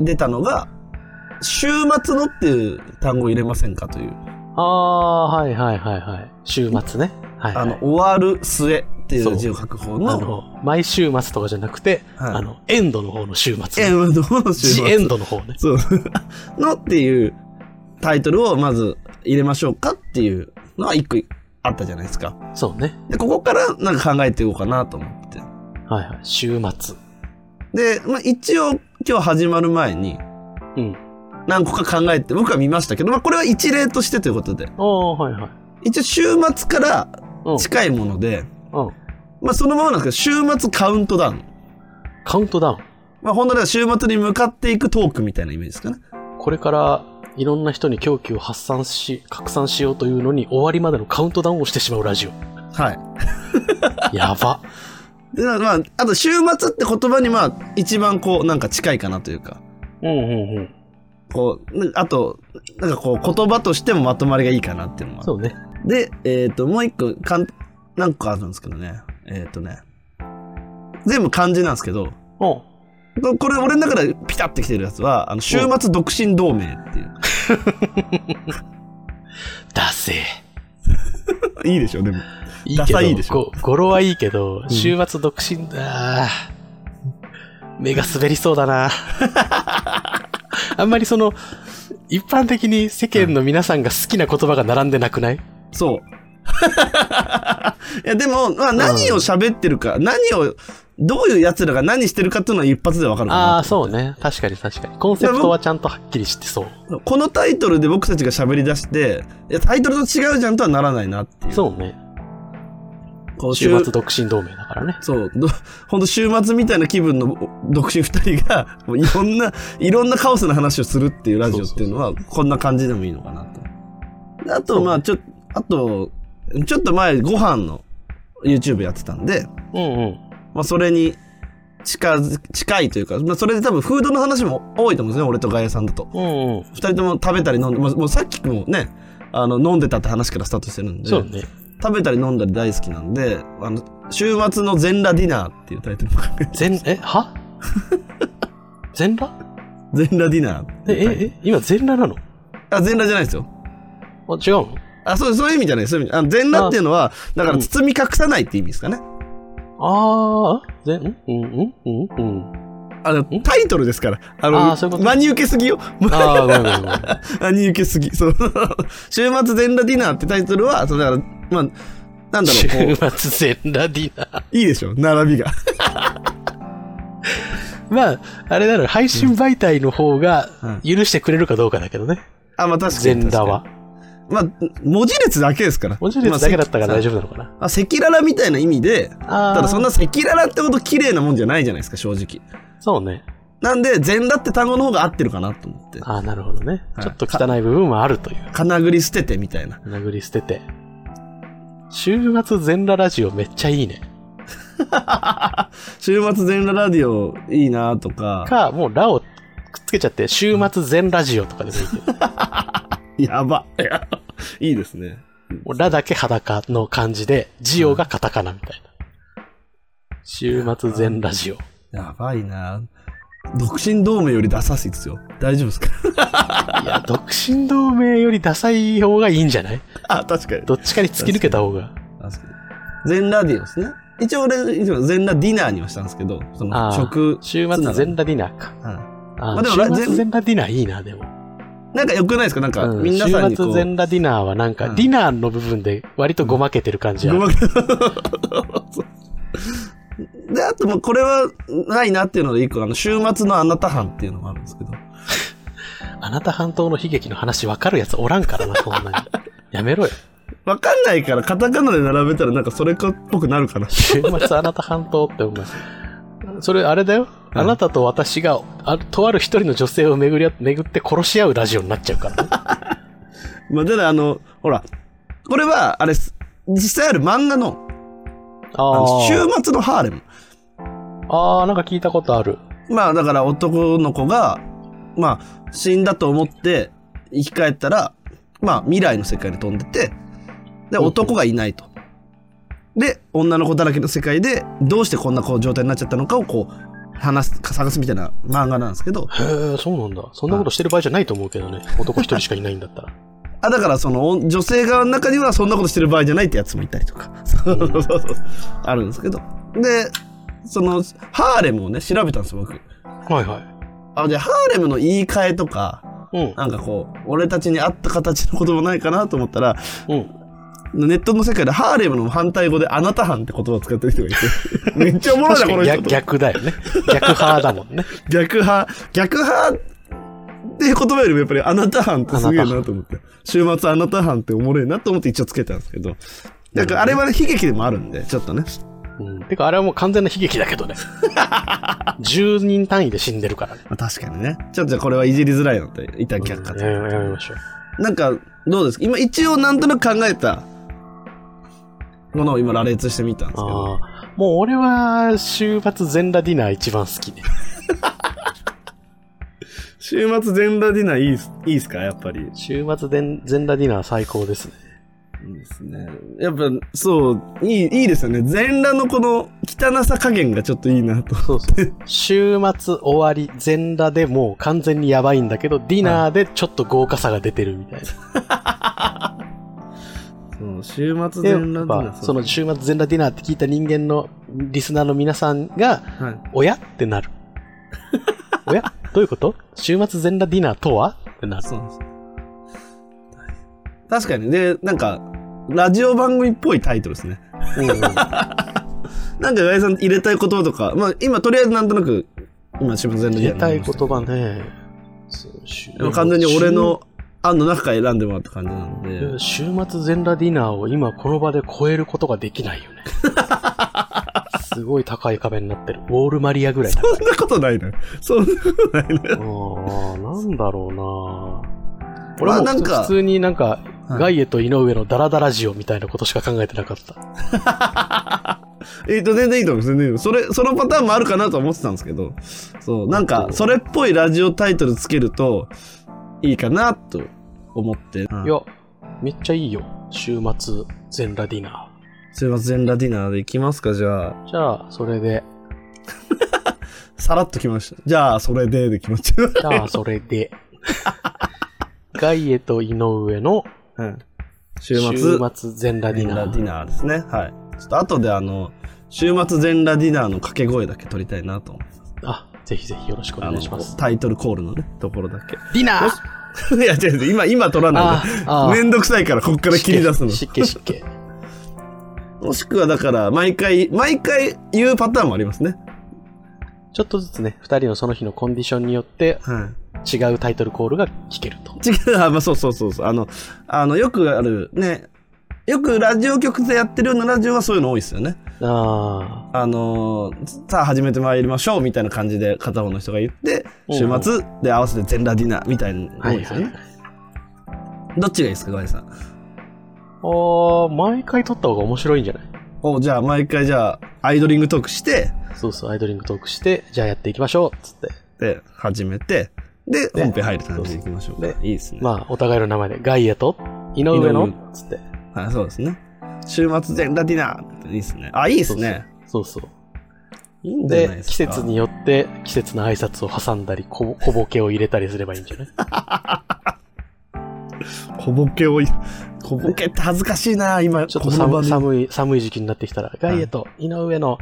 [SPEAKER 1] 出たのが、週末のっていう単語入れませんかという、
[SPEAKER 2] ああ、はいはいはいはい。週末ね。はい、はい。
[SPEAKER 1] あの、終わる末ってい
[SPEAKER 2] そう
[SPEAKER 1] う字を書く方
[SPEAKER 2] あ
[SPEAKER 1] の、
[SPEAKER 2] の毎週末とかじゃなくて、
[SPEAKER 1] はい
[SPEAKER 2] あの、エンドの方の週末。
[SPEAKER 1] エ
[SPEAKER 2] ン
[SPEAKER 1] ンドの週末。
[SPEAKER 2] エンドの方ね。
[SPEAKER 1] そう。 のっていうタイトルをまず入れましょうかっていうのは一個あったじゃないですか。
[SPEAKER 2] そうね。
[SPEAKER 1] で、ここからなんか考えていこうかなと思って。
[SPEAKER 2] はいはい。週末。
[SPEAKER 1] で、まあ一応今日始まる前に
[SPEAKER 2] うん。
[SPEAKER 1] 何個か考えて、僕は見ましたけど、まあこれは一例としてということで、
[SPEAKER 2] ああ、はいはい。
[SPEAKER 1] 一応週末から
[SPEAKER 2] うん。
[SPEAKER 1] 近いもので、
[SPEAKER 2] うん。
[SPEAKER 1] まあそのままなんですけど、週末カウントダウン。
[SPEAKER 2] カウントダウン。
[SPEAKER 1] まあ本当には週末に向かっていくトークみたいなイメージですかね。
[SPEAKER 2] これからいろんな人に狂気を発散し、拡散しようというのに終わりまでのカウントダウンをしてしまうラ ジオ。
[SPEAKER 1] はい。
[SPEAKER 2] やば。
[SPEAKER 1] で、まあ、あと週末って言葉にまあ一番こうなんか近いかなというか、
[SPEAKER 2] うんうんうん。
[SPEAKER 1] こう、なあと、なんかこう、言葉としてもまとまりがいいかなっていうのもある
[SPEAKER 2] そうね。
[SPEAKER 1] で、えっ、と、もう一個、かん、何個あるんですけどね。えっ、とね。全部漢字なんですけど、
[SPEAKER 2] うん。
[SPEAKER 1] ここれ俺の中でピタってきてるやつは、あの、週末独身同盟っていう。
[SPEAKER 2] ダセ え。
[SPEAKER 1] いいでしょ、でも。
[SPEAKER 2] いい
[SPEAKER 1] ダ
[SPEAKER 2] けど、
[SPEAKER 1] サいでしょ
[SPEAKER 2] ご語呂はいいけど、
[SPEAKER 1] ん
[SPEAKER 2] 週末独身だ。目が滑りそうだ な。あんまりその、一般的に世間の皆さんが好きな言葉が並んでなくない
[SPEAKER 1] そう。 いや、でも、まあ、何を喋ってるか、何を、どういう奴らが何してるかっていうのは一発でわかるか
[SPEAKER 2] あ
[SPEAKER 1] な
[SPEAKER 2] あ、そうね。確かに確かに。コンセプトはちゃんとはっきりしてそう。
[SPEAKER 1] このタイトルで僕たちが喋り出して、いや、タイトルと違うじゃんとはならないなっていう。
[SPEAKER 2] そうね。
[SPEAKER 1] こう
[SPEAKER 2] 週末独身同盟だからね。
[SPEAKER 1] そう、ど ほんと週末みたいな気分の独身二人が、もういろん な、いろんなカオスな話をするっていうラジオっていうのは、こんな感じでもいいのかなと。であと、まあ、ちょ、あと、ちょっと前、ご飯の YouTube やってたんで、
[SPEAKER 2] うんうん。
[SPEAKER 1] まあ、それに近づ、近いというか、まあ、それで多分フードの話も多いと思うんですね、俺とガヤさんだと。
[SPEAKER 2] うんうん。
[SPEAKER 1] 二人とも食べたり飲んで、まあもうさっきもね、あの、飲んでたって話からスタートしてるんで。
[SPEAKER 2] そうね。
[SPEAKER 1] 食べたり飲んだり大好きなんで、あの、週末の全裸ディナーっていうタイトルも考えて、
[SPEAKER 2] 全、え、 は全裸
[SPEAKER 1] 全裸ディナーっていうタ
[SPEAKER 2] え、
[SPEAKER 1] イト
[SPEAKER 2] え、え、今全裸なの
[SPEAKER 1] ルあ、全裸じゃないですよ。
[SPEAKER 2] あ、違うの
[SPEAKER 1] あ、そう、そういう意味じゃない、そういう意味。あの全裸っていうのは、だから包み隠さないって意味ですかね。
[SPEAKER 2] あー、全、んうんうんうんうん。
[SPEAKER 1] あの、タイトルですから。あ
[SPEAKER 2] あーそういう
[SPEAKER 1] の、
[SPEAKER 2] こと
[SPEAKER 1] 真に受けすぎよ。
[SPEAKER 2] あー、ごめんご めんごめん。あ
[SPEAKER 1] 真に受けすぎ。そう。 週末全裸ディナーってタイトルは、そのだから、まあ、なんだろう、こう
[SPEAKER 2] 週末全裸ディナー。
[SPEAKER 1] いいでしょ、並びが。
[SPEAKER 2] まあ、あれだろ、配信媒体の方が
[SPEAKER 1] うん
[SPEAKER 2] 許してくれるかどうかだけどね。
[SPEAKER 1] あ、まあ確かに。
[SPEAKER 2] 全裸は。
[SPEAKER 1] まあ、文字列だけですから。
[SPEAKER 2] 文字列だけだったから大
[SPEAKER 1] 丈
[SPEAKER 2] 丈夫なのかな。
[SPEAKER 1] 夫。あ、赤裸々みたいな意味で、
[SPEAKER 2] あー
[SPEAKER 1] ただそんな赤裸々ってほど綺麗なもんじゃないじゃないですか、正直。
[SPEAKER 2] そうね。
[SPEAKER 1] なんで、全裸って単語の方が合ってるかなと思って。
[SPEAKER 2] ああ、なるほどね。
[SPEAKER 1] はい
[SPEAKER 2] ちょっと汚い部分はあるという。
[SPEAKER 1] かなぐり捨ててみたいな。
[SPEAKER 2] 殴り捨てて。週末全裸ラジオめっちゃいいね。
[SPEAKER 1] 週末全裸ラディオいいなとか、
[SPEAKER 2] か、もうラをくっつけちゃって、週末全ラジオとかでもいいけど。
[SPEAKER 1] やば。 いやいいですね。
[SPEAKER 2] もうラだけ裸の感じで、ジオがカタカナみたいな。週末全ラジオ。
[SPEAKER 1] やばいな独身同盟よりダサいですよ。大丈夫ですか
[SPEAKER 2] いや、独身同盟よりダサい方がいいんじゃない
[SPEAKER 1] あ、確かに。
[SPEAKER 2] どっちかに突き抜けた方が。
[SPEAKER 1] 確かに。全裸ディオですね。一応俺、いつも全裸ディナーにはしたんですけど、その
[SPEAKER 2] あー
[SPEAKER 1] 食、
[SPEAKER 2] 週末全裸ディナーか。
[SPEAKER 1] は
[SPEAKER 2] あー
[SPEAKER 1] まあでもラ
[SPEAKER 2] 週末全裸ディナーいいな、でも。
[SPEAKER 1] いなんか良くないですかなんか、
[SPEAKER 2] うん
[SPEAKER 1] 皆さんにこ
[SPEAKER 2] 週末
[SPEAKER 1] う。
[SPEAKER 2] 全裸ディナーはなんか、
[SPEAKER 1] うん
[SPEAKER 2] ディナーの部分で割とごまけてる感じあ
[SPEAKER 1] ご
[SPEAKER 2] る。
[SPEAKER 1] まかそう で、あともうこれはないなっていうので一個、あの、週末のあなた班っていうのもあるんですけど。
[SPEAKER 2] あなた半島の悲劇の話分かるやつおらんから な、そんなに。やめろよ。
[SPEAKER 1] わかんないから、カタカナで並べたらなんかそれかっぽくなるかな。
[SPEAKER 2] 週末あなた半島ってお前。それあれだよ。
[SPEAKER 1] うん
[SPEAKER 2] あなたと私が、あとある一人の女性を巡りあ巡って殺し合うラジオになっちゃうから、ね。
[SPEAKER 1] まあ、ただあの、ほら、これは、あれっす、実際ある漫画の、 あ
[SPEAKER 2] あ
[SPEAKER 1] の週
[SPEAKER 2] ー
[SPEAKER 1] 末のハーレム。
[SPEAKER 2] あー、なんか聞いたことある。
[SPEAKER 1] まあ、だから男の子が、まあ、死んだと思って、生き返ったら、まあ、未来の世界に飛んでて、で、
[SPEAKER 2] うんうん
[SPEAKER 1] 男がいないと。で、女の子だらけの世界で、どうしてこんなこう状態になっちゃったのかを、こう、話す、探すみたいな漫画なんですけど、
[SPEAKER 2] へえ、そうなんだ。そんなことしてる場合じゃないと思うけどね。男一人しかいないんだっ たら。
[SPEAKER 1] あだからそのお女性側の中にはそんなことしてる場合じゃないってやつもいたりとか、 そうそうそうあるんですけどでそのハーレムをね調べたんですよ僕
[SPEAKER 2] はいは
[SPEAKER 1] あでハーレムの言い換えとか
[SPEAKER 2] い。うん。
[SPEAKER 1] なんかこう俺たちに合った形の言葉ないかなと思ったら
[SPEAKER 2] うん。
[SPEAKER 1] ネットの世界でハーレムの反対語で「あなた班」って言葉を使ってる人がいて めっちゃおもろい
[SPEAKER 2] 確
[SPEAKER 1] な
[SPEAKER 2] か
[SPEAKER 1] こ
[SPEAKER 2] に
[SPEAKER 1] の人
[SPEAKER 2] 逆
[SPEAKER 1] と
[SPEAKER 2] 逆だよね。逆派だもんね。
[SPEAKER 1] 逆派逆派っていう言葉よりもやっぱり「あなた班」ってすげえなと思って週末「あなた班」っておもろいなと思って一応つけたんですけどなんかあれはね悲劇でもあるんでちょっとね
[SPEAKER 2] うん。てか、あれはもう完全な悲劇だけど ね。10人単位で死んでるからね。
[SPEAKER 1] まあ、確かにねちょっとじゃあこれはいじりづらいので一旦却下
[SPEAKER 2] うん
[SPEAKER 1] と、
[SPEAKER 2] やめやめましょう。
[SPEAKER 1] なんかどうですか今一応なんとなく考えたものを今羅列してみたんですけど
[SPEAKER 2] ああ、もう俺は週末全裸ディナー一番好きね。
[SPEAKER 1] 週末全裸ディナーいいっすいいっすかやっぱり
[SPEAKER 2] 週末でん全裸ディナー最高ですね。
[SPEAKER 1] いいですね。やっぱ、そう、いい、いいですよね。全裸のこの汚さ加減がちょっといいなと。
[SPEAKER 2] そうそう。週末終わり、全裸でもう完全にやばいんだけど、ディナーでちょっと豪華さが出てるみたいな。
[SPEAKER 1] そう、週末
[SPEAKER 2] で、や
[SPEAKER 1] 全
[SPEAKER 2] っ
[SPEAKER 1] 裸
[SPEAKER 2] ぱその週末全裸ディナーって聞いた人間のリスナーの皆さんが、
[SPEAKER 1] はい。
[SPEAKER 2] おやってなる。おやどういうこと週末全裸ディナーとはってなる。
[SPEAKER 1] そうです。確かに。で、なんか、ラジオ番組っぽいタイトルですね。
[SPEAKER 2] うんうん
[SPEAKER 1] なんか、ガイさん入れたい言葉とか、まあ、今、とりあえずなんとなく、今、週末全裸
[SPEAKER 2] 入
[SPEAKER 1] ディ
[SPEAKER 2] れ
[SPEAKER 1] ナー
[SPEAKER 2] た
[SPEAKER 1] に
[SPEAKER 2] い
[SPEAKER 1] なりまし
[SPEAKER 2] 言葉ね。そう週
[SPEAKER 1] でも完全に俺の案の中から選んでもらった感じなので。
[SPEAKER 2] 週末全裸ディナーを今この場で超えることができない よね。すごい高い壁になってる。ウォールマリアぐらいだ。
[SPEAKER 1] そんなことないのよ。そんなことないのよ。
[SPEAKER 2] ああ、なんだろう
[SPEAKER 1] ま
[SPEAKER 2] な。
[SPEAKER 1] あ
[SPEAKER 2] 俺
[SPEAKER 1] なん
[SPEAKER 2] も
[SPEAKER 1] か
[SPEAKER 2] 普通になんか、
[SPEAKER 1] はい
[SPEAKER 2] ガイエと井上のダラダラジオみたいなことしか考えてなかった。
[SPEAKER 1] えっと、全然いいと思います。全然いいと思います。それ、そのパターンもあるかなと思ってたんですけど、そう、なんか、それっぽいラジオタイトルつけると、いいかなと思って。うん
[SPEAKER 2] いや、めっちゃいいよ。週末全裸ディナ
[SPEAKER 1] すいません、ラディナーで行きますか、じゃあ。
[SPEAKER 2] ー。じゃあ、それで。
[SPEAKER 1] さらっと来ました。じゃあ、それで、で決まっちゃう。
[SPEAKER 2] じゃあ、そ れで。ガイエと井上の
[SPEAKER 1] うん。週
[SPEAKER 2] 週
[SPEAKER 1] 末、
[SPEAKER 2] 末全裸デ
[SPEAKER 1] 全
[SPEAKER 2] ィナ
[SPEAKER 1] 裸
[SPEAKER 2] ー。
[SPEAKER 1] ディナーですね。はい。ちょっと後で、あの、週末全裸ディナーの掛け声だけ取りたいなと思って。
[SPEAKER 2] あ、ぜひぜひよろしくお
[SPEAKER 1] あ
[SPEAKER 2] 願
[SPEAKER 1] の
[SPEAKER 2] いします。
[SPEAKER 1] タイトルコールのね、ところだけ。
[SPEAKER 2] ディナ
[SPEAKER 1] よし いや、違う違う、今、今取らないで。
[SPEAKER 2] あ
[SPEAKER 1] めんどくさいから、こっから切り出すの。
[SPEAKER 2] 湿気湿気湿気。
[SPEAKER 1] もしくはだから、毎回、毎回言うパターンもありますね。
[SPEAKER 2] ちょっとずつね、二人のその日のコンディションによって
[SPEAKER 1] は
[SPEAKER 2] 違うタイトルコールが聞けると。
[SPEAKER 1] い。違う、あ、まあ、そうそうそうそう。あの、あの、よくある、ね、よくラジオ局でやってるようなラジオはそういうの多いですよね。
[SPEAKER 2] あ
[SPEAKER 1] あのーさあ始めてまいりましょうみたいな感じで片方の人が言って、
[SPEAKER 2] うん
[SPEAKER 1] 週末で合わせて全裸ディナーみたいなの
[SPEAKER 2] あ。
[SPEAKER 1] が多いですよね。どっちがいいですか、ガイさん。
[SPEAKER 2] ああ、毎回撮った方が面白いんじゃない
[SPEAKER 1] お、じゃあ毎回じゃあ、アイドリングトークして、
[SPEAKER 2] そうそう、アイドリングトークして、じゃあやっていきましょう、つって。
[SPEAKER 1] で、始めて、で、
[SPEAKER 2] で
[SPEAKER 1] 本編入る感じでいきましょうか。
[SPEAKER 2] で
[SPEAKER 1] いいですね。
[SPEAKER 2] まあ、お互いの名前で、ガイエと、井上
[SPEAKER 1] 井上
[SPEAKER 2] の、つって。
[SPEAKER 1] はい、そうですね。週末全裸ディナーいいですね。あ、いいですね。
[SPEAKER 2] そうそう。
[SPEAKER 1] いいんじゃない
[SPEAKER 2] で
[SPEAKER 1] で、す
[SPEAKER 2] 季
[SPEAKER 1] か。
[SPEAKER 2] 節によって、季節の挨拶を挟んだり、こ小ボケを入れたりすればいいんじゃない
[SPEAKER 1] 小ボケをい、小ボケって恥ずかしいな、今、
[SPEAKER 2] ちょっと
[SPEAKER 1] この場
[SPEAKER 2] 寒
[SPEAKER 1] で
[SPEAKER 2] 寒い、寒い時期になってきたら、ガイエと井上の、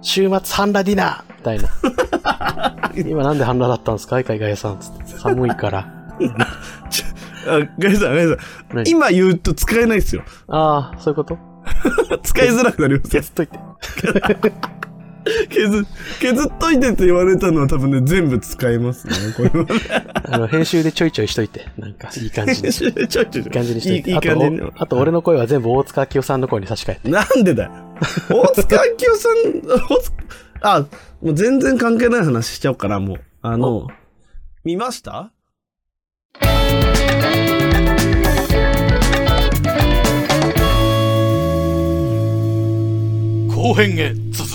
[SPEAKER 2] 週末半裸ディナーみたい な。今なんで半裸だったんですか海外さん。つって寒い から。
[SPEAKER 1] あ、ガイさん、ガイさん、
[SPEAKER 2] 何
[SPEAKER 1] 今言うと使えないですよ。
[SPEAKER 2] ああ、そういうこと
[SPEAKER 1] 使いづらくなりますよ。
[SPEAKER 2] 削っといて。
[SPEAKER 1] 削、削っといてって言われたのは多分ね、全部使いますね。これはね。
[SPEAKER 2] あの、編集でちょいちょいしといて。なんか、いい感 じに。い
[SPEAKER 1] ちょいちょいちょい
[SPEAKER 2] い感じにしといて。
[SPEAKER 1] いいい
[SPEAKER 2] あ
[SPEAKER 1] い感
[SPEAKER 2] と
[SPEAKER 1] じに。、
[SPEAKER 2] おあと俺の声は全部大塚明夫さんの声に差し替えて。
[SPEAKER 1] なんでだよ。大塚明夫さん、大塚、あ、もう全然関係ない話しちゃおうかな、もう。あの、見ました
[SPEAKER 2] 後編へ続